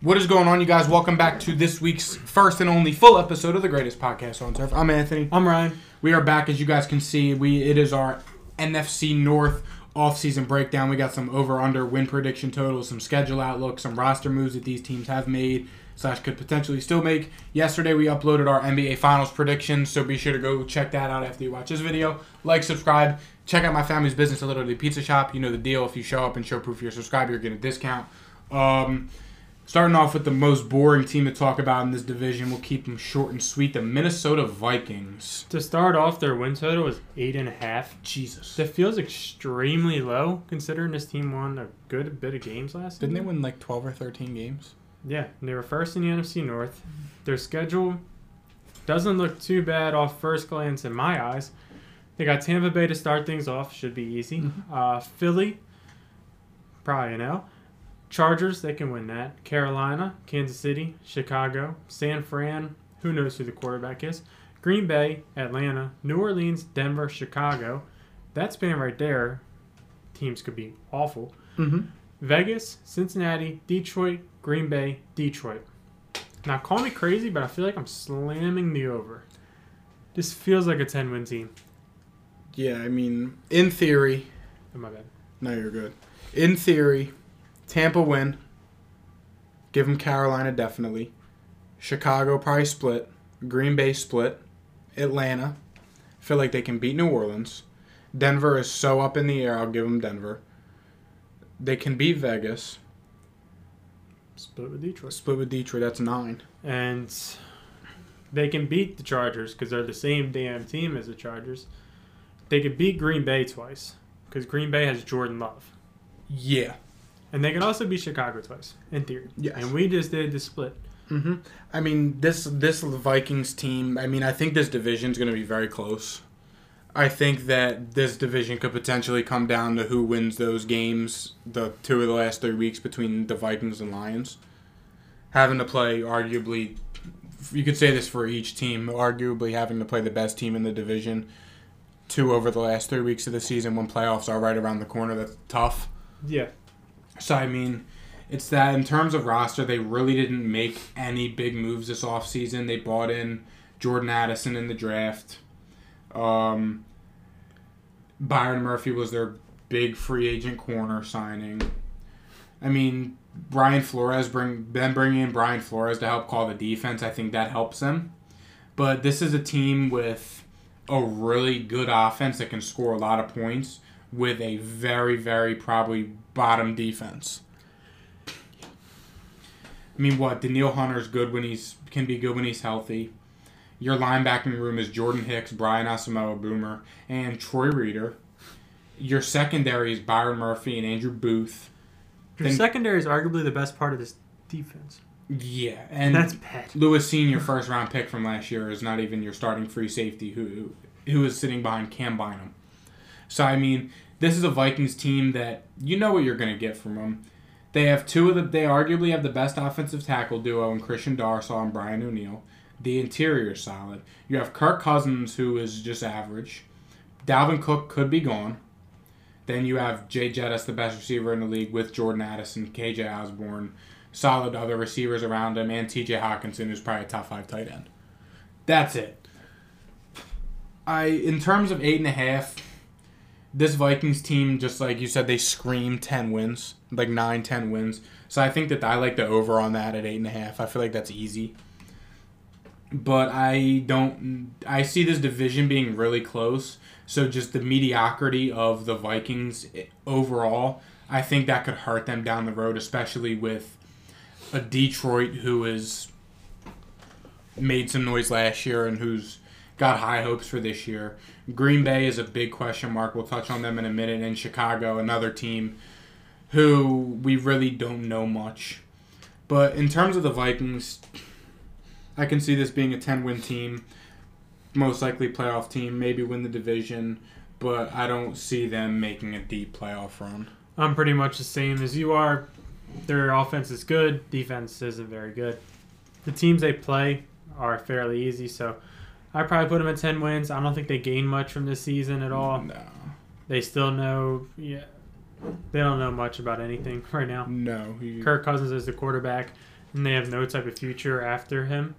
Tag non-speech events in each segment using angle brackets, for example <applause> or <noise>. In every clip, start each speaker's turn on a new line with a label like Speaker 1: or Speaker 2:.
Speaker 1: What is going on, you guys? Welcome back to this week's first and only full episode of the greatest podcast on turf. I'm Anthony.
Speaker 2: I'm Ryan.
Speaker 1: We are back, as you guys can see. We it is our NFC North offseason breakdown. We got some over under win prediction totals, some schedule outlook, some roster moves that these teams have made slash could potentially still make. Yesterday we uploaded our NBA Finals predictions, so be sure to go check that out after you watch this video. Like, subscribe, check out my family's business, a little pizza shop. You know the deal. If you show up and show proof you're a subscriber, you're getting a discount. Um, starting off with the most boring team to talk about in this division, we'll keep them short and sweet. The Minnesota Vikings.
Speaker 2: To start off, their win total was eight and a half.
Speaker 1: Jesus.
Speaker 2: That feels extremely low considering this team won a good bit of games last
Speaker 1: Didn't they
Speaker 2: year.
Speaker 1: win like 12 or 13 games?
Speaker 2: Yeah, they were first in the NFC North. Their schedule doesn't look too bad off first glance in my eyes. They got Tampa Bay to start things off, should be easy. Uh, Philly, probably an L. Chargers, they can win that. Carolina, Kansas City, Chicago, San Fran, who knows who the quarterback is. Green Bay, Atlanta, New Orleans, Denver, Chicago. That span right there, teams could be awful.
Speaker 1: Mm-hmm.
Speaker 2: Vegas, Cincinnati, Detroit, Green Bay, Detroit. Now, call me crazy, but I feel like I'm slamming the over. This feels like a 10 win team.
Speaker 1: Yeah, I mean, in theory,
Speaker 2: Oh, my bad.
Speaker 1: no, you're good. In theory, Tampa win. Give them Carolina definitely. Chicago probably split. Green Bay split. Atlanta. Feel like they can beat New Orleans. Denver is so up in the air. I'll give them Denver. They can beat Vegas.
Speaker 2: Split with Detroit.
Speaker 1: Split with Detroit. That's nine.
Speaker 2: And they can beat the Chargers because they're the same damn team as the Chargers. They could beat Green Bay twice because Green Bay has Jordan Love.
Speaker 1: Yeah.
Speaker 2: And they could also beat Chicago twice, in theory.
Speaker 1: Yes.
Speaker 2: And we just did the split.
Speaker 1: hmm I mean this this Vikings team. I mean I think this division's going to be very close. I think that this division could potentially come down to who wins those games. The two of the last three weeks between the Vikings and Lions, having to play arguably, you could say this for each team. Arguably having to play the best team in the division. Two over the last three weeks of the season when playoffs are right around the corner. That's tough.
Speaker 2: Yeah.
Speaker 1: So I mean, it's that in terms of roster, they really didn't make any big moves this offseason. They bought in Jordan Addison in the draft. Um, Byron Murphy was their big free agent corner signing. I mean, Brian Flores bring them bringing in Brian Flores to help call the defense. I think that helps them. But this is a team with a really good offense that can score a lot of points with a very, very probably bottom defense. I mean, what Daniil Hunter's good when he's can be good when he's healthy. Your linebacking room is Jordan Hicks, Brian Asamoah Boomer, and Troy Reader. Your secondary is Byron Murphy and Andrew Booth.
Speaker 2: Their
Speaker 1: Then-
Speaker 2: secondary is arguably the best part of this defense.
Speaker 1: Yeah, and
Speaker 2: That's bad.
Speaker 1: Lewis Senior, first round pick from last year, is not even your starting free safety who who is sitting behind Cam Bynum. So I mean, this is a Vikings team that you know what you're going to get from them. They have two of the they arguably have the best offensive tackle duo in Christian Darsaw and Brian O'Neill. The interior is solid. You have Kirk Cousins who is just average. Dalvin Cook could be gone. Then you have Jay Jettis, the best receiver in the league, with Jordan Addison, KJ Osborne, solid other receivers around him, and TJ Hawkinson, who's probably a top five tight end. That's it. I in terms of eight and a half, this Vikings team, just like you said, they scream ten wins, like nine, ten wins. So I think that I like the over on that at eight and a half. I feel like that's easy. But I don't. I see this division being really close. So just the mediocrity of the Vikings i- overall, I think that could hurt them down the road, especially with a Detroit who is made some noise last year and who's got high hopes for this year. Green Bay is a big question mark. We'll touch on them in a minute. And Chicago, another team who we really don't know much. But in terms of the Vikings, I can see this being a 10 win team, most likely playoff team, maybe win the division. But I don't see them making a deep playoff run.
Speaker 2: I'm pretty much the same as you are. Their offense is good, defense isn't very good. The teams they play are fairly easy, so I probably put them at 10 wins. I don't think they gain much from this season at all.
Speaker 1: No.
Speaker 2: They still know, yeah, they don't know much about anything <laughs> right now.
Speaker 1: No. you-
Speaker 2: Kirk Cousins is the quarterback. and they have no type of future after him.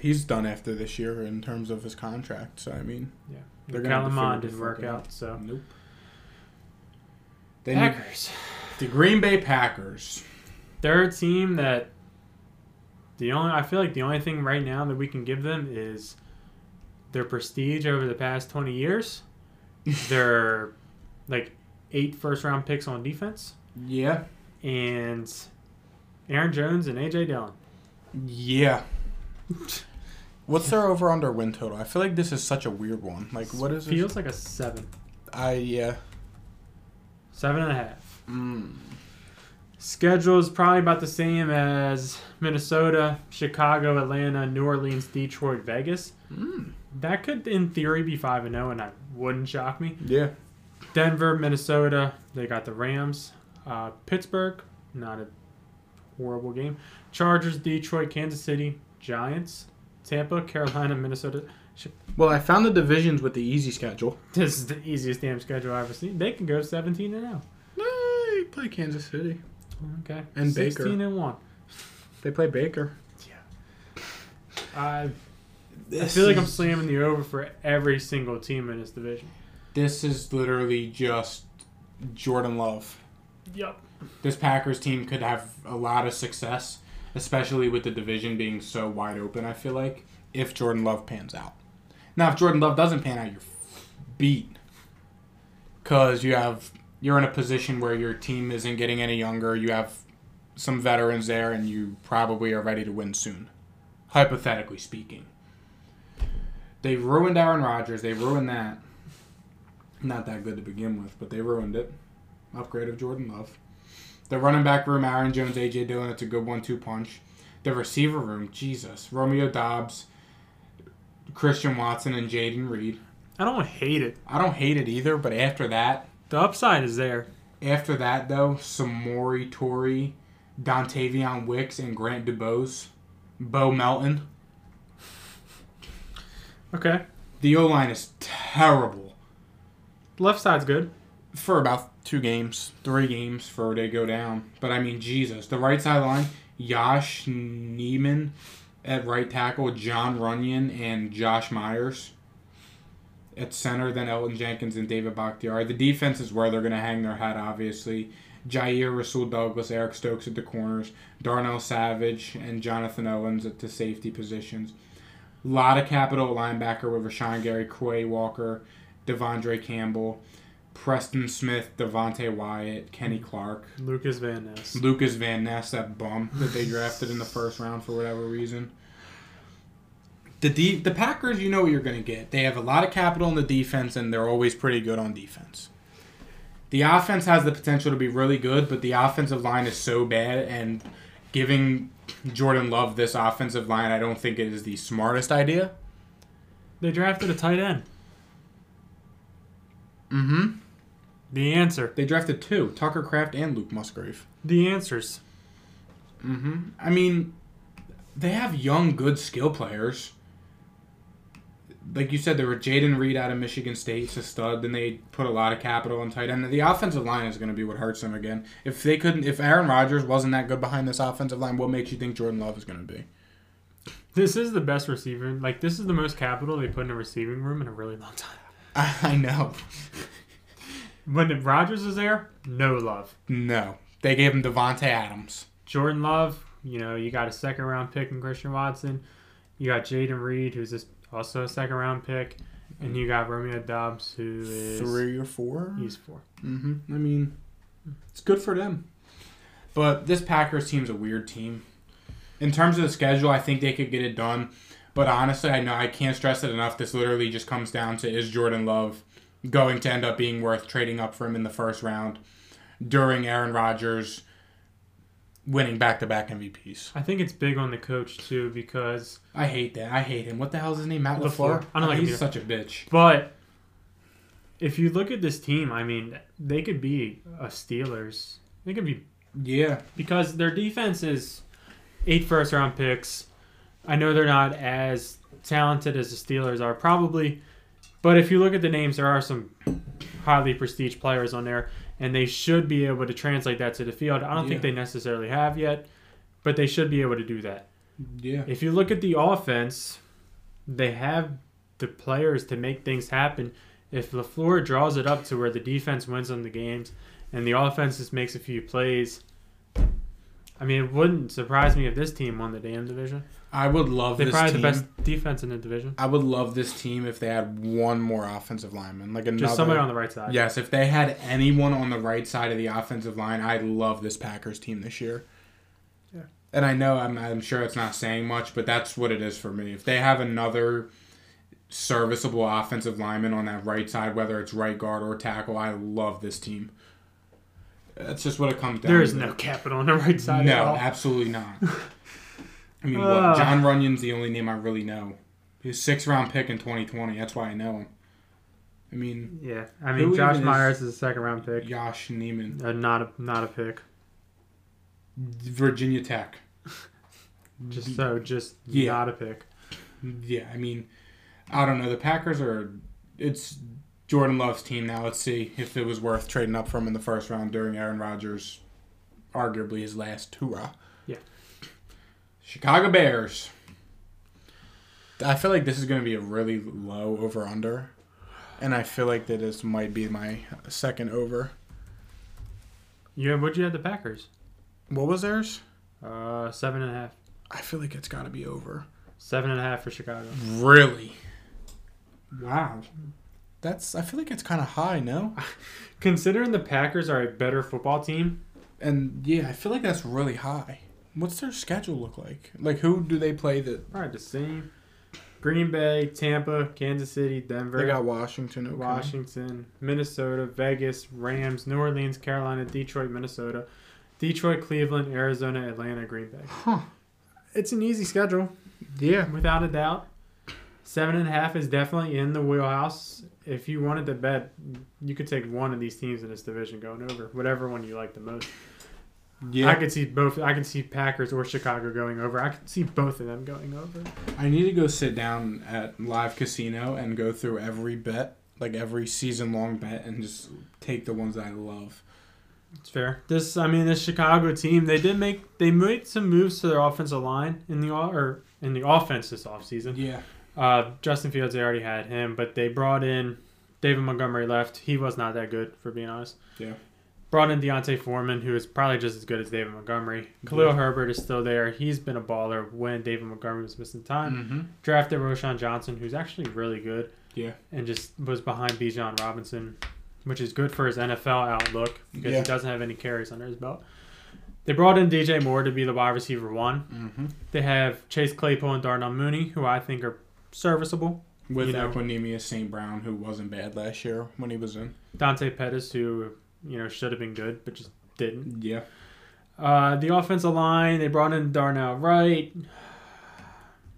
Speaker 1: He's done after this year in terms of his contract. So I mean, They're gonna have to figure
Speaker 2: Calamon
Speaker 1: the
Speaker 2: didn't
Speaker 1: fuck
Speaker 2: work out, so
Speaker 1: Um, nope. Then you-
Speaker 2: Packers.
Speaker 1: the Green Bay Packers.
Speaker 2: They're a team that the only I feel like the only thing right now that we can give them is their prestige over the past twenty years. their like eight first round picks on defense
Speaker 1: Yeah,
Speaker 2: and Aaron Jones and AJ Dillon.
Speaker 1: yeah. What's their over under win total? I feel like this is such a weird one. Like, what is
Speaker 2: Feels
Speaker 1: this?
Speaker 2: like a seven.
Speaker 1: I yeah.
Speaker 2: Seven and a half.
Speaker 1: Mm.
Speaker 2: Schedule is probably about the same as Minnesota, Chicago, Atlanta, New Orleans, Detroit, Vegas.
Speaker 1: Mm.
Speaker 2: That could, in theory, be 5 and 0, and that wouldn't shock me.
Speaker 1: Yeah.
Speaker 2: Denver, Minnesota, they got the Rams. Uh, Pittsburgh, not a horrible game. Chargers, Detroit, Kansas City, Giants, Tampa, Carolina, Minnesota. <laughs>
Speaker 1: Well, I found the divisions with the easy schedule.
Speaker 2: This is the easiest damn schedule I've ever seen. They can go 17 and 0.
Speaker 1: No, they play Kansas City.
Speaker 2: Okay.
Speaker 1: And Baker.
Speaker 2: 16 and 1.
Speaker 1: They play Baker.
Speaker 2: I I feel like I'm slamming the over for every single team in this division.
Speaker 1: This is literally just Jordan Love.
Speaker 2: Yep.
Speaker 1: This Packers team could have a lot of success, especially with the division being so wide open. I feel like if Jordan Love pans out. Now, if Jordan Love doesn't pan out, you're beat because you have you're in a position where your team isn't getting any younger. You have some veterans there, and you probably are ready to win soon, hypothetically speaking. They ruined Aaron Rodgers. They ruined that. Not that good to begin with, but they ruined it. Upgrade of Jordan Love. The running back room, Aaron Jones, AJ Dillon. It's a good one-two punch. The receiver room, Jesus, Romeo Dobbs, Christian Watson, and Jaden Reed.
Speaker 2: I don't hate it.
Speaker 1: I don't hate it either, but after that,
Speaker 2: The upside is there.
Speaker 1: after that though, Samori Tori, Dontavion Wicks, and Grant Dubose, Bo Melton.
Speaker 2: Okay.
Speaker 1: The O line is terrible
Speaker 2: Left side's good.
Speaker 1: for about two games, three games for they go down. But I mean, Jesus, the right side line, Yash Neiman at right tackle, John Runyon and Josh Myers. At center, then Elton Jenkins and David Bakhtiari. The defense is where they're going to hang their hat, obviously. Jair Rasul Douglas, Eric Stokes at the corners, Darnell Savage, and Jonathan Owens at the safety positions. A lot of capital at linebacker with Rashawn Gary, Quay Walker, Devondre Campbell, Preston Smith, Devontae Wyatt, Kenny Clark,
Speaker 2: Lucas Van Ness.
Speaker 1: Lucas Van Ness, that bum that they drafted in the first round for whatever reason. The de- the Packers, you know what you're going to get. They have a lot of capital in the defense, and they're always pretty good on defense. The offense has the potential to be really good, but the offensive line is so bad, and giving Jordan Love this offensive line, I don't think it is the smartest idea.
Speaker 2: They drafted a tight end.
Speaker 1: Mm-hmm.
Speaker 2: The answer.
Speaker 1: They drafted two, Tucker Craft and Luke Musgrave.
Speaker 2: The answers.
Speaker 1: Mm-hmm. I mean, they have young, good skill players. Like you said, there were Jaden Reed out of Michigan State, it's a stud. Then they put a lot of capital on tight end. The offensive line is going to be what hurts them again. If they couldn't, if Aaron Rodgers wasn't that good behind this offensive line, what makes you think Jordan Love is going to be? <laughs>
Speaker 2: This is the best receiver. Like this is the most capital they put in a receiving room in a really long time.
Speaker 1: I, I know. <laughs>
Speaker 2: When Rodgers is there, no love.
Speaker 1: No, they gave him Devonte Adams.
Speaker 2: Jordan Love, you know, you got a second round pick in Christian Watson. You got Jaden Reed, who's this, also a second round pick, and you got Romeo Dobbs, who is
Speaker 1: Three or four.
Speaker 2: He's four.
Speaker 1: hmm I mean, it's good for them. But this Packers team's a weird team. In terms of the schedule, I think they could get it done. But honestly, I know I can't stress it enough. This literally just comes down to is Jordan Love going to end up being worth trading up for him in the first round during Aaron Rodgers winning back to back MVPs?
Speaker 2: I think it's big on the coach too because
Speaker 1: I hate that. I hate him. What the hell's his name? Matt
Speaker 2: LaFleur.
Speaker 1: LaFleur?
Speaker 2: I don't like him
Speaker 1: He's
Speaker 2: either.
Speaker 1: such a bitch.
Speaker 2: but if you look at this team, I mean, they could be a Steelers. They could be
Speaker 1: Yeah.
Speaker 2: because their defense is eight first round picks. I know they're not as talented as the Steelers are probably, but if you look at the names, there are some highly prestige players on there, and they should be able to translate that to the field. I don't
Speaker 1: Yeah.
Speaker 2: think they necessarily have yet, but they should be able to do that.
Speaker 1: Yeah.
Speaker 2: If you look at the offense, they have the players to make things happen. If LaFleur draws it up to where the defense wins on the games and the offense just makes a few plays, I mean, it wouldn't surprise me if this team won the damn division.
Speaker 1: I would love
Speaker 2: They're
Speaker 1: this
Speaker 2: probably
Speaker 1: team.
Speaker 2: the best defense in the division.
Speaker 1: I would love this team if they had one more offensive lineman, like another.
Speaker 2: Just somebody on the right side.
Speaker 1: Yes, if they had anyone on the right side of the offensive line, I love this Packers team this year.
Speaker 2: Yeah.
Speaker 1: And I know I'm, I'm sure it's not saying much, but that's what it is for me. If they have another serviceable offensive lineman on that right side, whether it's right guard or tackle, I love this team. That's just what it comes down
Speaker 2: There is
Speaker 1: to.
Speaker 2: no capital on the right side at
Speaker 1: No,
Speaker 2: all.
Speaker 1: absolutely not.
Speaker 2: <laughs>
Speaker 1: I mean,
Speaker 2: Ah.
Speaker 1: what? John Runyon's the only name I really know. He was sixth round pick in 2020. That's why I know him. I mean,
Speaker 2: Yeah, I
Speaker 1: Who
Speaker 2: mean,
Speaker 1: even
Speaker 2: Josh
Speaker 1: is-
Speaker 2: Myers is a second round pick.
Speaker 1: Josh Neiman,
Speaker 2: Uh, not a not a pick.
Speaker 1: Virginia Tech.
Speaker 2: Just so just
Speaker 1: Yeah.
Speaker 2: not a pick.
Speaker 1: Yeah, I mean, I don't know. The Packers are. It's Jordan Love's team now. Let's see if it was worth trading up from in the first round during Aaron Rodgers, arguably his last hurrah.
Speaker 2: Yeah.
Speaker 1: Chicago Bears. I feel like this is going to be a really low over under, and I feel like that this might be my second over.
Speaker 2: Yeah, would you have the Packers?
Speaker 1: What was theirs?
Speaker 2: Uh, seven and a half.
Speaker 1: I feel like it's got to be over.
Speaker 2: Seven and a half for Chicago.
Speaker 1: Really? Wow. That's. I feel like it's kind of high. No.
Speaker 2: Considering the Packers are a better football team,
Speaker 1: And yeah, I feel like that's really high. What's their schedule look like? Like who do they play that
Speaker 2: probably the same. Green Bay, Tampa, Kansas City, Denver,
Speaker 1: they got Washington okay.
Speaker 2: Washington, Minnesota, Vegas, Rams, New Orleans, Carolina, Detroit, Minnesota, Detroit, Cleveland, Arizona, Atlanta, Green Bay.
Speaker 1: Huh.
Speaker 2: It's an easy schedule.
Speaker 1: Yeah.
Speaker 2: Without a doubt, seven and a half is definitely in the wheelhouse. If you wanted to bet, you could take one of these teams in this division going over, whatever one you like the most.
Speaker 1: Yeah.
Speaker 2: I could see both. I could see Packers or Chicago going over. I could see both of them going over.
Speaker 1: I need to go sit down at live casino and go through every bet, like every season long bet and just take the ones that I love.
Speaker 2: It's fair. This, I mean, this Chicago team, they did make they made some moves to their offensive line in the o- or in the offense this offseason.
Speaker 1: Yeah.
Speaker 2: Uh, Justin Fields, they already had him, but they brought in David Montgomery. Left. He was not that good, for being honest.
Speaker 1: Yeah.
Speaker 2: Brought in Deontay Foreman, who is probably just as good as David Montgomery. Khalil
Speaker 1: Yeah.
Speaker 2: Herbert is still there. He's been a baller when David Montgomery was missing time.
Speaker 1: Mm-hmm.
Speaker 2: Drafted Roshan Johnson, who's actually really good.
Speaker 1: Yeah.
Speaker 2: and just was behind Bijan Robinson, which is good for his NFL outlook because
Speaker 1: Yeah.
Speaker 2: he doesn't have any carries under his belt. They brought in DJ Moore to be the wide receiver one.
Speaker 1: Mm-hmm.
Speaker 2: They have Chase Claypool and Darnell Mooney, who I think are serviceable.
Speaker 1: With
Speaker 2: You know-
Speaker 1: Equinemius St. Brown, who wasn't bad last year when he was in.
Speaker 2: Dante Pettis, who you know should have been good but just didn't.
Speaker 1: Yeah.
Speaker 2: Uh, the offensive line, they brought in Darnell Wright.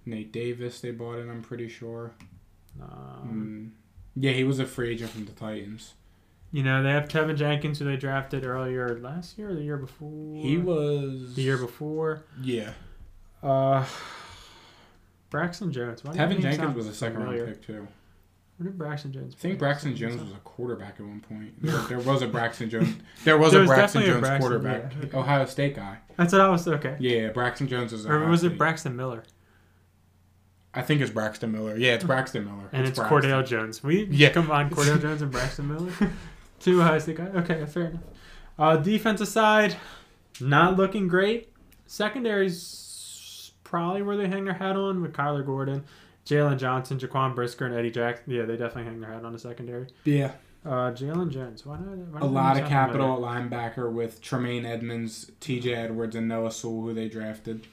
Speaker 1: Nate Davis they bought in, I'm pretty sure. Mm.
Speaker 2: Um,
Speaker 1: Yeah, he was a free agent from the Titans.
Speaker 2: You know they have Tevin Jenkins, who they drafted earlier last year or the year before.
Speaker 1: He was
Speaker 2: the year before.
Speaker 1: Yeah.
Speaker 2: Uh, Braxton Jones. Why do you
Speaker 1: Tevin
Speaker 2: think
Speaker 1: Jenkins
Speaker 2: sounds
Speaker 1: was a second round
Speaker 2: familiar?
Speaker 1: pick too.
Speaker 2: Where did Braxton Jones?
Speaker 1: I think
Speaker 2: play?
Speaker 1: Braxton Jones was a quarterback at one
Speaker 2: <laughs>
Speaker 1: point. There, there was a Braxton Jones. There was
Speaker 2: There
Speaker 1: a
Speaker 2: was
Speaker 1: Braxton
Speaker 2: definitely a
Speaker 1: Jones
Speaker 2: Braxton,
Speaker 1: quarterback.
Speaker 2: yeah, okay.
Speaker 1: Ohio State guy.
Speaker 2: That's what I was okay.
Speaker 1: Yeah, Braxton Jones is.
Speaker 2: Or
Speaker 1: Ohio
Speaker 2: was it
Speaker 1: State.
Speaker 2: Braxton Miller?
Speaker 1: I think it's Braxton Miller. Yeah, it's Braxton Miller.
Speaker 2: And it's,
Speaker 1: Braxton.
Speaker 2: Cordell Jones. We
Speaker 1: <laughs> Yeah.
Speaker 2: combined Cordell Jones and Braxton Miller. <laughs> Two Ohio State guys. Okay, fair enough. Uh, defense aside, not looking great. Secondary's probably where they hang their hat on with Kyler Gordon, Jalen Johnson, Jaquan Brisker, and Eddie Jackson. Yeah, they definitely hang their hat on the secondary.
Speaker 1: Yeah,
Speaker 2: Uh, Jalen Jones. Why not?
Speaker 1: a
Speaker 2: Why not
Speaker 1: lot of
Speaker 2: sound familiar?
Speaker 1: capital at linebacker with Tremaine Edmonds, T.J. Edwards, and Noah Sewell, who they drafted.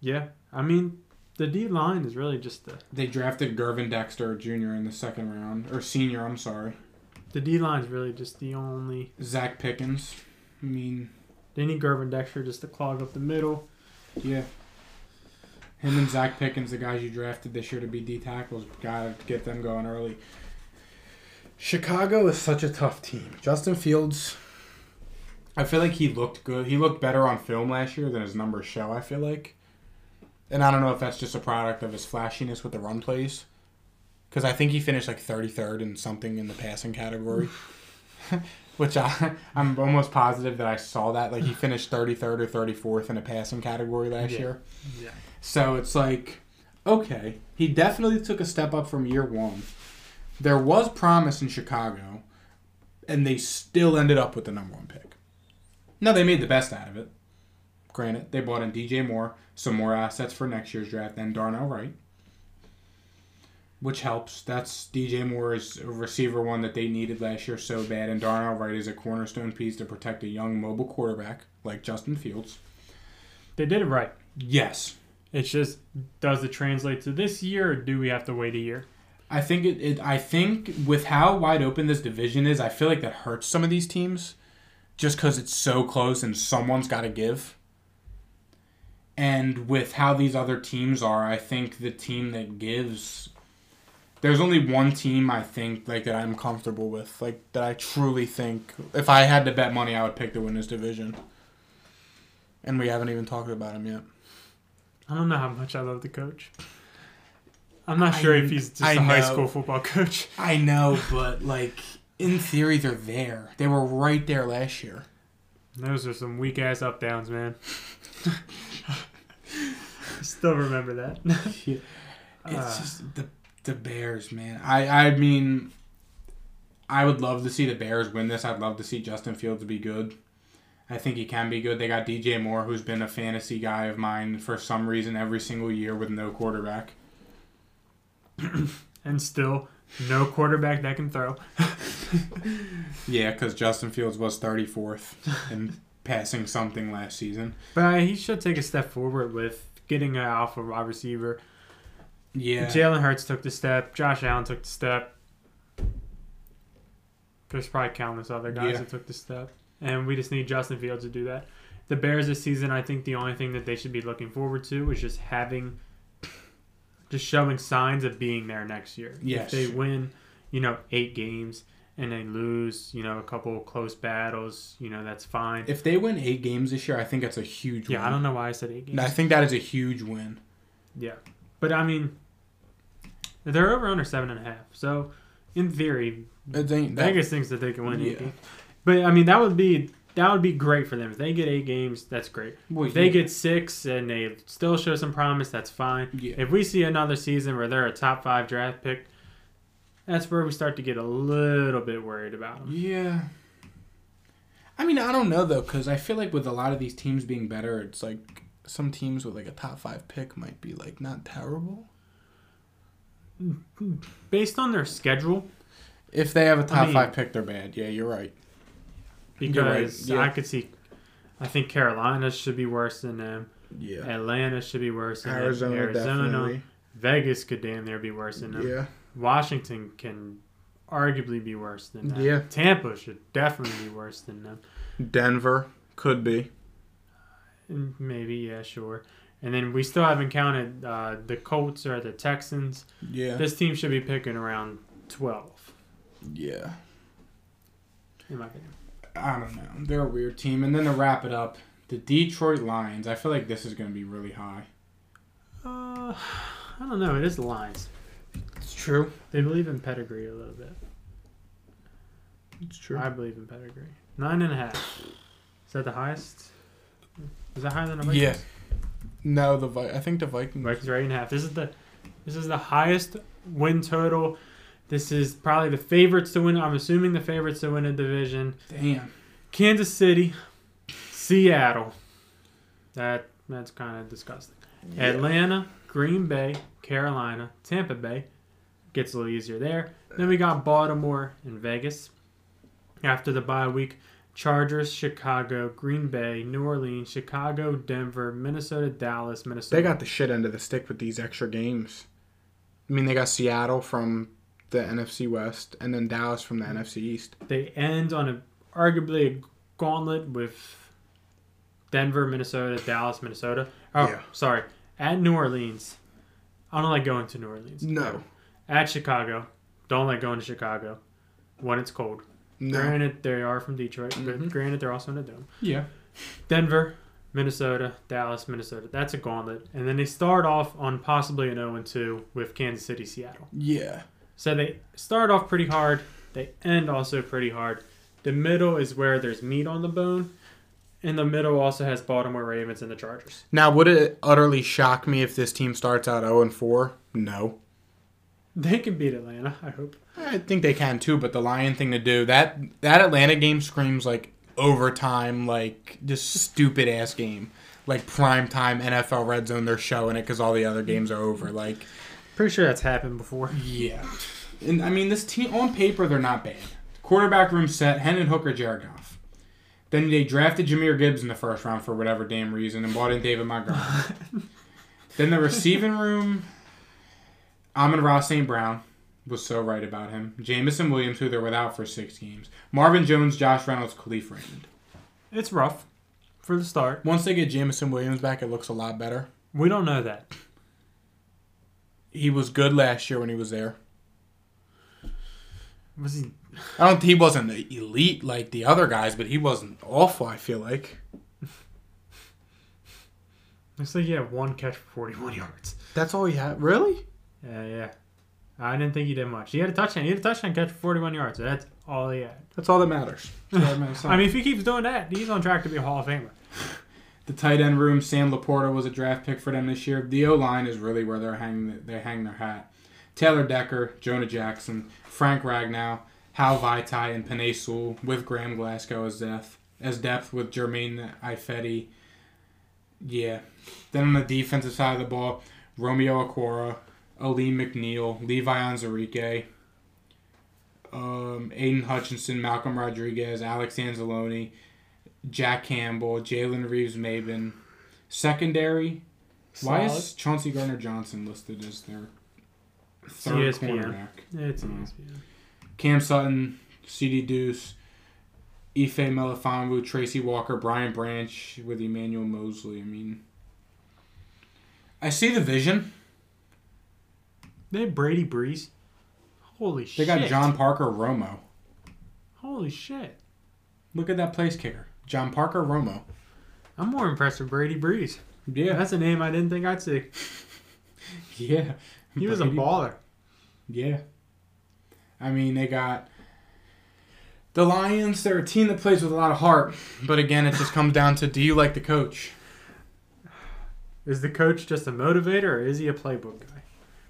Speaker 2: Yeah, I mean the D line is really just the
Speaker 1: They drafted Gervin Dexter Jr. in the second round or senior. I'm sorry,
Speaker 2: the D line is really just the only.
Speaker 1: Zach Pickens. I mean,
Speaker 2: They need Gervin Dexter just to clog up the middle.
Speaker 1: Yeah. Him and Zach Pickens, the guys you drafted this year to be D tackles, gotta get them going early. Chicago is such a tough team. Justin Fields, I feel like he looked good. He looked better on film last year than his numbers show. I feel like, and I don't know if that's just a product of his flashiness with the run plays, because I think he finished like thirty third in something in the passing category, which I <laughs> I'm almost positive that I saw that. Like he finished 33rd or 34th in a passing category last
Speaker 2: Yeah.
Speaker 1: year.
Speaker 2: Yeah.
Speaker 1: So it's like, okay, he definitely took a step up from year one. There was promise in Chicago, and they still ended up with the number one pick. Now they made the best out of it. Granted, they bought in DJ Moore, some more assets for next year's draft, and Darnell Wright, which helps. That's DJ Moore is a receiver one that they needed last year so bad, and Darnell Wright is a cornerstone piece to protect a young mobile quarterback like Justin Fields.
Speaker 2: They did it right.
Speaker 1: Yes,
Speaker 2: It's just, does it translate to this year or do we have to wait a year?
Speaker 1: I think it, it. I think with how wide open this division is, I feel like that hurts some of these teams, just because it's so close and someone's got to give. And with how these other teams are, I think the team that gives. There's only one team I think like that I'm comfortable with, like that I truly think if I had to bet money, I would pick to win this division. And we haven't even talked about him yet.
Speaker 2: I don't know how much I love the coach. I'm not
Speaker 1: I-
Speaker 2: sure if he's just a
Speaker 1: I
Speaker 2: high
Speaker 1: know.
Speaker 2: school football <laughs> coach.
Speaker 1: I know, but like in theory, they're there. They were right there last year.
Speaker 2: Those are some weak ass up downs, man. <laughs> Still remember that. <laughs>
Speaker 1: it's
Speaker 2: Uh,
Speaker 1: just the the Bears, man. I I mean, I would love to see the Bears win this. I'd love to see Justin Fields be good. I think he can be good. They got DJ Moore, who's been a fantasy guy of mine for some reason every single year with no quarterback.
Speaker 2: and still no quarterback that can throw.
Speaker 1: Yeah, because Justin Fields was thirty fourth
Speaker 2: <laughs>
Speaker 1: and passing something last season.
Speaker 2: But he should take a step forward with getting an alpha wide receiver.
Speaker 1: Yeah,
Speaker 2: Jalen Hurts took the step. Josh Allen took the step. There's probably countless other guys
Speaker 1: Yeah.
Speaker 2: that took the step. And we just need Justin Fields to do that. The Bears this season, I think the only thing that they should be looking forward to is just having, just showing signs of being there next year.
Speaker 1: Yes.
Speaker 2: If they win, you know, eight games and they lose, you know, a couple close battles, you know, that's fine.
Speaker 1: if they win eight games this year, I think that's a huge.
Speaker 2: yeah, I
Speaker 1: win.
Speaker 2: don't know why I said eight games.
Speaker 1: I think that is a huge win.
Speaker 2: Yeah, but I mean, they're over under seven and a half. So, in theory,
Speaker 1: I think that-
Speaker 2: Vegas thinks that they can win eight
Speaker 1: Yeah.
Speaker 2: games. But I mean, that would be that would be great for them. If they get eight games, that's great.
Speaker 1: Well,
Speaker 2: If they
Speaker 1: yeah.
Speaker 2: get six and they still show some promise, that's fine.
Speaker 1: Yeah.
Speaker 2: If we see another season where they're a top five draft pick, that's where we start to get a little bit worried about them.
Speaker 1: Yeah. I mean, I don't know though, because I feel like with a lot of these teams being better, it's like some teams with like a top five pick might be like not terrible
Speaker 2: Based on their schedule,
Speaker 1: if they have a top
Speaker 2: mean-
Speaker 1: five pick. They're bad. Yeah, you're right. You're right,
Speaker 2: because
Speaker 1: yeah.
Speaker 2: I could see, I think Carolina should be worse than them.
Speaker 1: Yeah,
Speaker 2: Atlanta should be worse than
Speaker 1: Arizona,
Speaker 2: Arizona. Arizona.
Speaker 1: definitely.
Speaker 2: Vegas could damn near be worse than them.
Speaker 1: Yeah,
Speaker 2: Washington can arguably be worse than them.
Speaker 1: Yeah.
Speaker 2: Tampa should definitely be worse than them.
Speaker 1: Denver could be.
Speaker 2: And Maybe, yeah, sure. And then we still haven't counted uh, the Colts or the Texans.
Speaker 1: Yeah,
Speaker 2: This team should be picking around 12,
Speaker 1: yeah.
Speaker 2: in my opinion.
Speaker 1: I don't know. They're a weird team. And then to wrap it up, the Detroit Lions. I feel like this is going to be really high.
Speaker 2: Uh, I don't know. It is the Lions.
Speaker 1: It's true.
Speaker 2: They believe in pedigree a little bit.
Speaker 1: It's true.
Speaker 2: I believe in pedigree. Nine and a half. Is that the highest? Is that higher than a Vikings?
Speaker 1: yeah. No, the Vi- I think the Vikings.
Speaker 2: Vikings are eight and a half. This is the this is the highest win total. This is probably the favorites to win. I'm assuming the favorites to win a division.
Speaker 1: Damn.
Speaker 2: Kansas City, Seattle. That that's kind of disgusting. Atlanta, Green Bay, Carolina, Tampa Bay. Gets a little easier there. Then we got Baltimore and Vegas. After the bye week, Chargers, Chicago, Green Bay, New Orleans, Chicago, Denver, Minnesota, Dallas, Minnesota.
Speaker 1: They got the shit end of the stick with these extra games. I mean, they got Seattle from the NFC West and then Dallas from the NFC East.
Speaker 2: They end on a arguably a gauntlet with Denver, Minnesota, Dallas, Minnesota. Oh,
Speaker 1: Yeah.
Speaker 2: sorry, at New Orleans. I don't like going to New Orleans.
Speaker 1: No.
Speaker 2: At Chicago, don't like going to Chicago when it's cold.
Speaker 1: No.
Speaker 2: Granted, they are from Detroit.
Speaker 1: Mhm.
Speaker 2: But granted, they're also in a dome.
Speaker 1: Yeah.
Speaker 2: Denver, Minnesota, Dallas, Minnesota. That's a gauntlet. And then they start off on possibly an 0 2 with Kansas City, Seattle.
Speaker 1: Yeah.
Speaker 2: So they start off pretty hard. They end also pretty hard. The middle is where there's meat on the bone. And the middle also has Baltimore Ravens and the Chargers. <laughs>
Speaker 1: Now, would it utterly shock me if this team starts out 0 and 4? No.
Speaker 2: They can beat Atlanta, I hope.
Speaker 1: I think they can too, but the Lion thing to do that that Atlanta game screams like overtime, like just stupid ass game, like prime time NFL red zone. They're showing it because all the other games are over. Like
Speaker 2: Pretty sure that's happened before. <laughs>
Speaker 1: yeah, and I mean this team on paper they're not bad. Quarterback room set: Hendon Hooker, Jared Goff. Then they drafted Jameer Gibbs in the first round for whatever damn reason and bought in David <laughs> Montgomery. then the receiving room: Amon Ross St. Brown was so right about him. Jamison Williams, who they're without for six games. Marvin Jones, Josh Reynolds, Khalif Raymond.
Speaker 2: It's rough for the start.
Speaker 1: Once they get Jamison Williams back, it looks a lot better.
Speaker 2: We don't know that.
Speaker 1: He was good last year when he was there.
Speaker 2: Was he?
Speaker 1: I don't. He wasn't elite like the other guys, but he wasn't awful. I feel like
Speaker 2: Looks like he had one catch for 41 <laughs> yards.
Speaker 1: that's all he had. Really?
Speaker 2: Yeah, yeah. I didn't think he did much. He had a touchdown. He had a touchdown catch for 41 yards. That's all he had.
Speaker 1: That's all that matters.
Speaker 2: <laughs> I mean, if he keeps doing that, he's on track to be a Hall of Famer.
Speaker 1: the tight end room, Sam Laporta was a draft pick for them this year. The O line is really where they're hanging they hang their hat. Taylor Decker, Jonah Jackson, Frank Ragnow, Hal Vaitai, and Panay Sewell with Graham Glasgow as depth, as depth with Jermaine Ifedi. Yeah. Then on the defensive side of the ball, Romeo Aquara, Ali McNeil, Levi Anzarike, um, Aiden Hutchinson, Malcolm Rodriguez, Alex Anzalone, Jack Campbell, Jalen Reeves Maven. Secondary. Why is Chauncey Gardner Johnson listed as their third
Speaker 2: ESPN.
Speaker 1: cornerback?
Speaker 2: It's
Speaker 1: Mm.
Speaker 2: ESPN.
Speaker 1: Cam Sutton, CD Deuce, Ife Melifonwu, Tracy Walker, Brian Branch with Emmanuel Mosley. I mean, I see the vision.
Speaker 2: They had Brady Breeze. Holy
Speaker 1: They
Speaker 2: shit.
Speaker 1: got John Parker Romo.
Speaker 2: Holy shit.
Speaker 1: Look at that place kicker. John Parker Romo.
Speaker 2: I'm more impressed with Brady Breeze.
Speaker 1: <laughs> Yeah.
Speaker 2: That's a name I didn't think I'd see.
Speaker 1: Yeah.
Speaker 2: He was a
Speaker 1: Brady-
Speaker 2: baller.
Speaker 1: Yeah. I mean, they got the Lions. They're a team that plays with a lot of heart, but again, it just comes down to do you like the coach?
Speaker 2: Is the coach just a motivator or is he a playbook guy?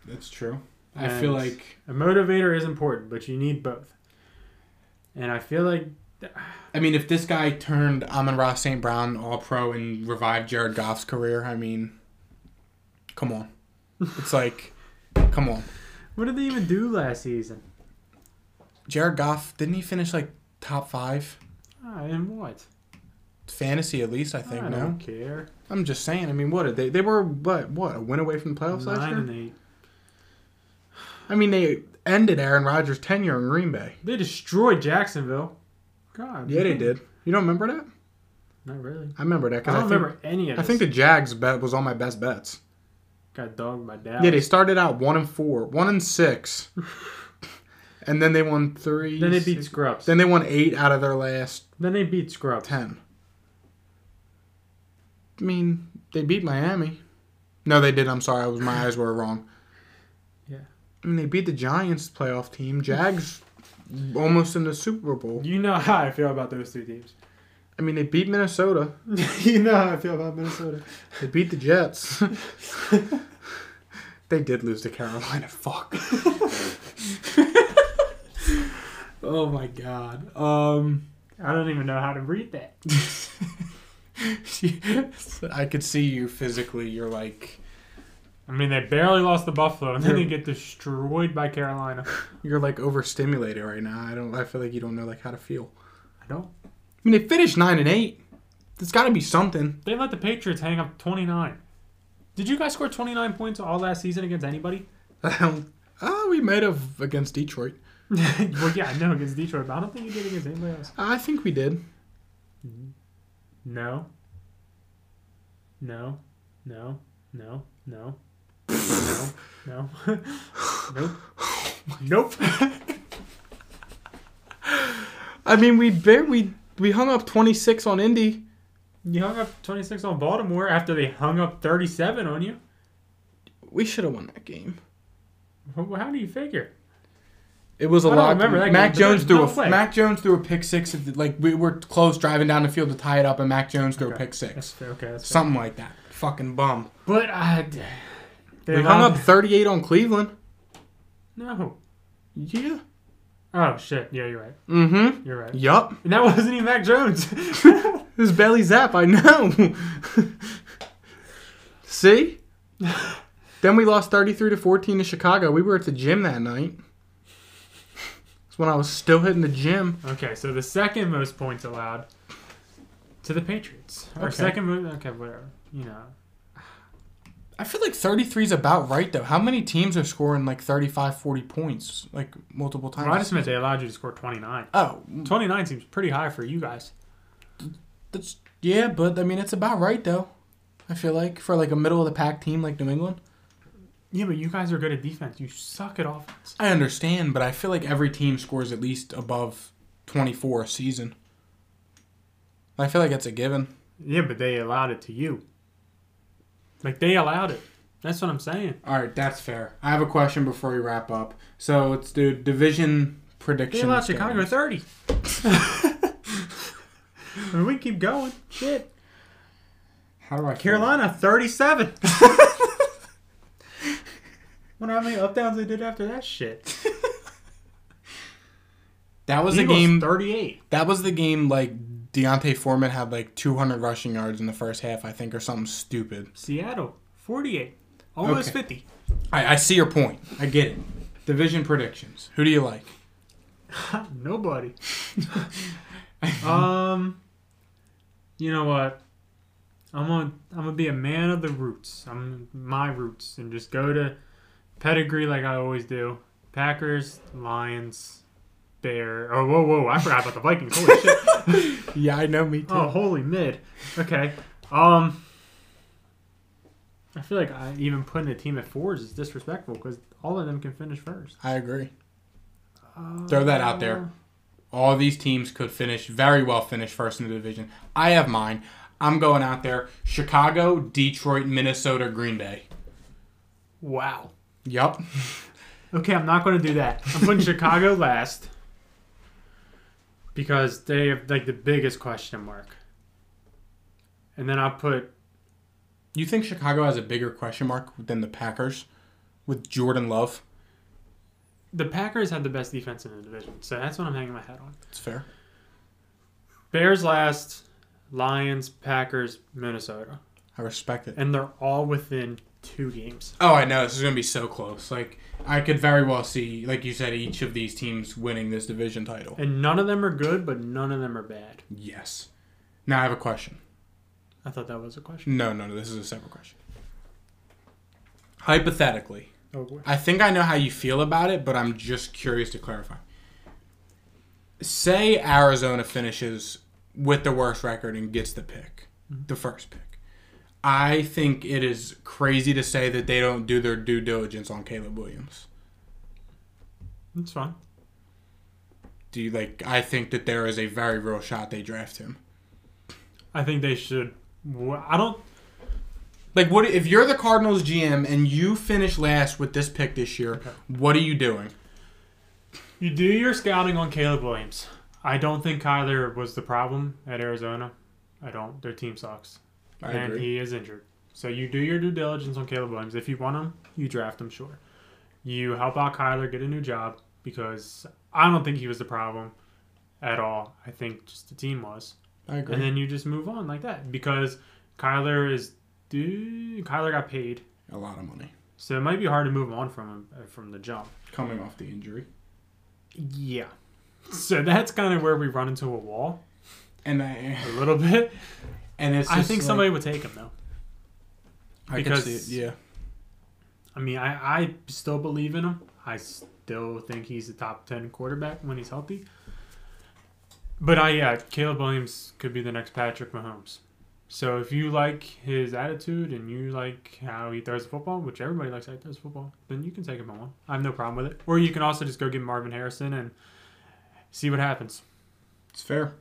Speaker 1: That's true. I feel
Speaker 2: And-
Speaker 1: like
Speaker 2: A motivator is important, but you need both. And I feel like
Speaker 1: I mean, if this guy turned Amon Ross St. Brown all pro and revived Jared Goff's career, I mean, come on. It's like, come on.
Speaker 2: what did they even do last season?
Speaker 1: Jared Goff, didn't he finish like top five?
Speaker 2: Ah, and what?
Speaker 1: Fantasy, at least, I
Speaker 2: I,
Speaker 1: think,
Speaker 2: don't
Speaker 1: no?
Speaker 2: care.
Speaker 1: I'm just saying. I mean, what? did They, they were, what, what, a win away from the playoffs last
Speaker 2: Nine
Speaker 1: year?
Speaker 2: and eight.
Speaker 1: I mean, they ended Aaron Rodgers' tenure in Green Bay.
Speaker 2: They destroyed Jacksonville. God.
Speaker 1: Yeah, they did. You don't remember that?
Speaker 2: Not really.
Speaker 1: I remember that
Speaker 2: I
Speaker 1: because I,
Speaker 2: don't
Speaker 1: think-
Speaker 2: remember any of
Speaker 1: I
Speaker 2: this.
Speaker 1: think the Jags bet was on my best bets.
Speaker 2: got dogged by Dallas.
Speaker 1: Yeah, they started out one and four, one and
Speaker 2: <laughs>
Speaker 1: six, and then they won three.
Speaker 2: Then they beat
Speaker 1: six-
Speaker 2: Scrubs.
Speaker 1: Then they won eight out of their last
Speaker 2: Then they beat Scrubs.
Speaker 1: ten. I mean, they beat Miami. No, they did. I'm sorry. I was
Speaker 2: <laughs>
Speaker 1: my eyes were wrong.
Speaker 2: Yeah.
Speaker 1: I mean, they beat the Giants playoff team. Jags almost in the Super Bowl.
Speaker 2: You know <laughs> how I feel about those two teams. <laughs>
Speaker 1: I mean, they beat Minnesota.
Speaker 2: you know how I feel about Minnesota.
Speaker 1: They beat the Jets. <laughs> they did lose to Carolina. Fuck. <laughs> oh my god. Um, <laughs>
Speaker 2: I don't even know how to read that.
Speaker 1: I could see you physically. You're like
Speaker 2: I mean, they barely lost to Buffalo, and then they
Speaker 1: Yeah.
Speaker 2: get destroyed by Carolina.
Speaker 1: you're like overstimulated right now. I don't. I feel like you don't know like how to feel.
Speaker 2: I don't.
Speaker 1: I mean, they finished nine and eight. There's got to be something.
Speaker 2: They let the Patriots hang up 29. Did you guys score 29 points all last season against <laughs> anybody?
Speaker 1: I don't. Ah, we might have against Detroit.
Speaker 2: well, yeah, I know against Detroit, but I don't think you did against anybody else.
Speaker 1: I think we did.
Speaker 2: No. No. No. No. No. No. <laughs> No. nope. <laughs> Oh Nope.
Speaker 1: I mean, we bare we we hung up 26 on Indy.
Speaker 2: You hung up 26 on Baltimore after they hung up 37 on you.
Speaker 1: We should have won that game.
Speaker 2: Wh- How do you figure?
Speaker 1: It was a
Speaker 2: I don't
Speaker 1: lot.
Speaker 2: remember that
Speaker 1: Mac
Speaker 2: game, but
Speaker 1: Jones
Speaker 2: there's
Speaker 1: threw
Speaker 2: no
Speaker 1: a
Speaker 2: way.
Speaker 1: Mac Jones threw a pick six. At the, like we were close driving down the field to tie it up, and Mac Jones threw a
Speaker 2: Okay.
Speaker 1: pick six,
Speaker 2: That's fair. Okay, that's fair.
Speaker 1: something like that. Fucking bum.
Speaker 2: But I. d- They
Speaker 1: we hung
Speaker 2: allowed-
Speaker 1: up 38 on Cleveland.
Speaker 2: No.
Speaker 1: Yeah.
Speaker 2: Oh shit. Yeah, you're right.
Speaker 1: Mm-hmm.
Speaker 2: You're right.
Speaker 1: Yup.
Speaker 2: And <laughs> that wasn't even Mac Jones.
Speaker 1: It was belly zap. I know. <laughs> See. then we lost 33 to 14 to Chicago. We were at the gym that night. That's when I was still hitting the gym.
Speaker 2: <laughs> okay, so the second most points allowed to the Patriots. Or
Speaker 1: Okay.
Speaker 2: second most. Okay, whatever. You know.
Speaker 1: I feel like 33 is about right, though. How many teams are scoring like 35, 40 points, like multiple times?
Speaker 2: Well, I just meant they allowed you to score 29.
Speaker 1: oh,
Speaker 2: 29 seems pretty high for you guys.
Speaker 1: that's, yeah, but I mean, it's about right, though. I feel like for like a middle of the pack team like New England.
Speaker 2: Yeah, but you guys are good at defense. You suck at offense.
Speaker 1: I understand, but I feel like every team scores at least above 24 a season. I feel like that's a given.
Speaker 2: Yeah, but they allowed it to you. Like they allowed it. That's what I'm saying.
Speaker 1: All right, that's fair. I have a question before we wrap up. So let's do division
Speaker 2: They
Speaker 1: predictions.
Speaker 2: allowed Chicago <laughs> 30. I mean, we keep going. Shit.
Speaker 1: How do I? feel?
Speaker 2: Carolina 37. <laughs> Wonder how many up downs they did after that shit.
Speaker 1: That was a
Speaker 2: Eagles,
Speaker 1: game
Speaker 2: 38.
Speaker 1: That was the game like Deontay Foreman had like 200 rushing yards in the first half, I think, or something stupid.
Speaker 2: Seattle 48. Almost
Speaker 1: Okay.
Speaker 2: 50.
Speaker 1: I, I see your point. I get it. Division predictions. Who do you like?
Speaker 2: Nobody. um, you know what? I'm gonna I'm gonna be a man of the roots. I'm my roots and just go to pedigree like I always do. Packers, Lions, Bear. Oh whoa whoa! I forgot about the Vikings. Holy shit!
Speaker 1: <laughs> Yeah, I know me too.
Speaker 2: Oh holy mid. Okay. Um. I feel like I, even putting a team at fours is disrespectful because all of them can finish first.
Speaker 1: I agree. Throw that out there. All these teams could finish very well finish first in the division. I have mine. I'm going out there. Chicago, Detroit, Minnesota, Green Bay.
Speaker 2: Wow.
Speaker 1: Yup.
Speaker 2: Okay, I'm not going to do that. I'm <laughs> putting Chicago last because they have like the biggest question mark. And then I'll put
Speaker 1: <laughs> You think Chicago has a bigger question mark than the Packers with Jordan Love?
Speaker 2: the Packers have the best defense in the division, so that's what I'm hanging my hat on.
Speaker 1: It's fair.
Speaker 2: Bears last, Lions, Packers, Minnesota,
Speaker 1: I respect it.
Speaker 2: and they're all within two games.
Speaker 1: Oh, I know this is gonna be so close. Like I could very well see, like you said, each of these teams winning this division title.
Speaker 2: And none of them are good, but none of them are bad.
Speaker 1: Yes. Now I have a question.
Speaker 2: I thought that was a question.
Speaker 1: No, no, no. This is a separate question. Hypothetically,
Speaker 2: Oh boy.
Speaker 1: I think I know how you feel about it, but I'm just curious to clarify. Say Arizona finishes with the worst record and gets the pick, the first pick. I think it is crazy to say that they don't do their due diligence on Caleb Williams.
Speaker 2: It's fine.
Speaker 1: do you like I think that there is a very real shot they draft him.
Speaker 2: I think they should. wh- I don't.
Speaker 1: Like what if you're the Cardinals GM and you finish last with this pick this year, what are you doing?
Speaker 2: You do your scouting on Caleb Williams. I don't think Kyler was the problem at Arizona. I don't. Their team sucks.
Speaker 1: I
Speaker 2: and
Speaker 1: agree.
Speaker 2: he is injured. So you do your due diligence on Caleb Williams. If you want him, you draft him, sure. You help out Kyler get a new job because I don't think he was the problem at all. I think just the team was.
Speaker 1: I agree.
Speaker 2: And then you just move on like that because Kyler is due. Kyler got paid.
Speaker 1: a lot of money
Speaker 2: So it might be hard to move on from him uh, from the jump.
Speaker 1: coming off the injury.
Speaker 2: Yeah. So that's kind of where we run into a wall.
Speaker 1: And I
Speaker 2: a little bit.
Speaker 1: and it's
Speaker 2: I
Speaker 1: just,
Speaker 2: think
Speaker 1: like,
Speaker 2: somebody would take him though.
Speaker 1: I could
Speaker 2: because-
Speaker 1: see it. Yeah.
Speaker 2: I mean, I, I still believe in him. I still think he's a top ten quarterback when he's healthy. But I yeah, Caleb Williams could be the next Patrick Mahomes. So if you like his attitude and you like how he throws the football, which everybody likes how he throws the football, then you can take him on one. I have no problem with it. Or you can also just go get Marvin Harrison and see what happens.
Speaker 1: It's fair.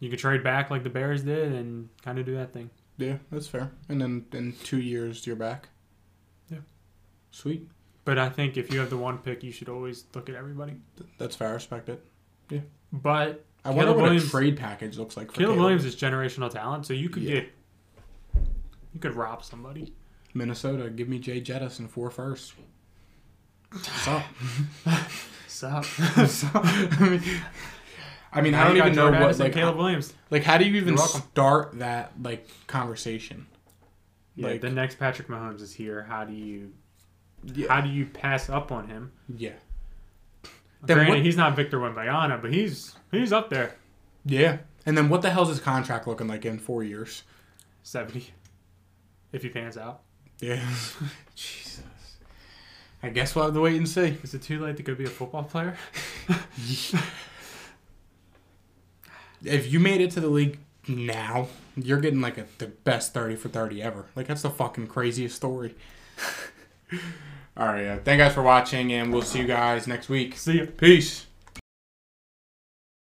Speaker 2: You could trade back like the Bears did and kind of do that thing.
Speaker 1: Yeah, that's fair. And then in 2 years you're back.
Speaker 2: Yeah.
Speaker 1: Sweet.
Speaker 2: But I think if you have the one pick, you should always look at everybody.
Speaker 1: Th- That's fair. I respect it.
Speaker 2: But
Speaker 1: I wonder
Speaker 2: Caleb
Speaker 1: what
Speaker 2: Williams-
Speaker 1: a trade package looks like for
Speaker 2: Caleb
Speaker 1: Caleb.
Speaker 2: Williams is generational talent, so you could
Speaker 1: Yeah.
Speaker 2: get you could rob somebody.
Speaker 1: Minnesota, give me Jay Jettison four
Speaker 2: <laughs>
Speaker 1: first. What's up?
Speaker 2: Stop.
Speaker 1: So, <laughs> I mean, I, mean, I don't even know what like
Speaker 2: Caleb Williams.
Speaker 1: like how do you even
Speaker 2: You're welcome.
Speaker 1: start that like conversation?
Speaker 2: Yeah,
Speaker 1: like-
Speaker 2: the next Patrick Mahomes is here. How do you
Speaker 1: Yeah,
Speaker 2: how do you pass up on him?
Speaker 1: yeah, Then
Speaker 2: Granted,
Speaker 1: what-
Speaker 2: he's not Victor Wembanyama, but he's he's up there.
Speaker 1: yeah. And then what the hell's his contract looking like in four years?
Speaker 2: Seventy, if he pans out.
Speaker 1: Yeah, Jesus. I guess we'll have to wait and see.
Speaker 2: Is it too late to go be a football player?
Speaker 1: If you made it to the league now, you're getting like a, the best thirty for thirty ever. Like that's the fucking craziest story. All right, uh, thank you guys for watching, and we'll see you guys next week.
Speaker 2: See ya.
Speaker 1: Peace.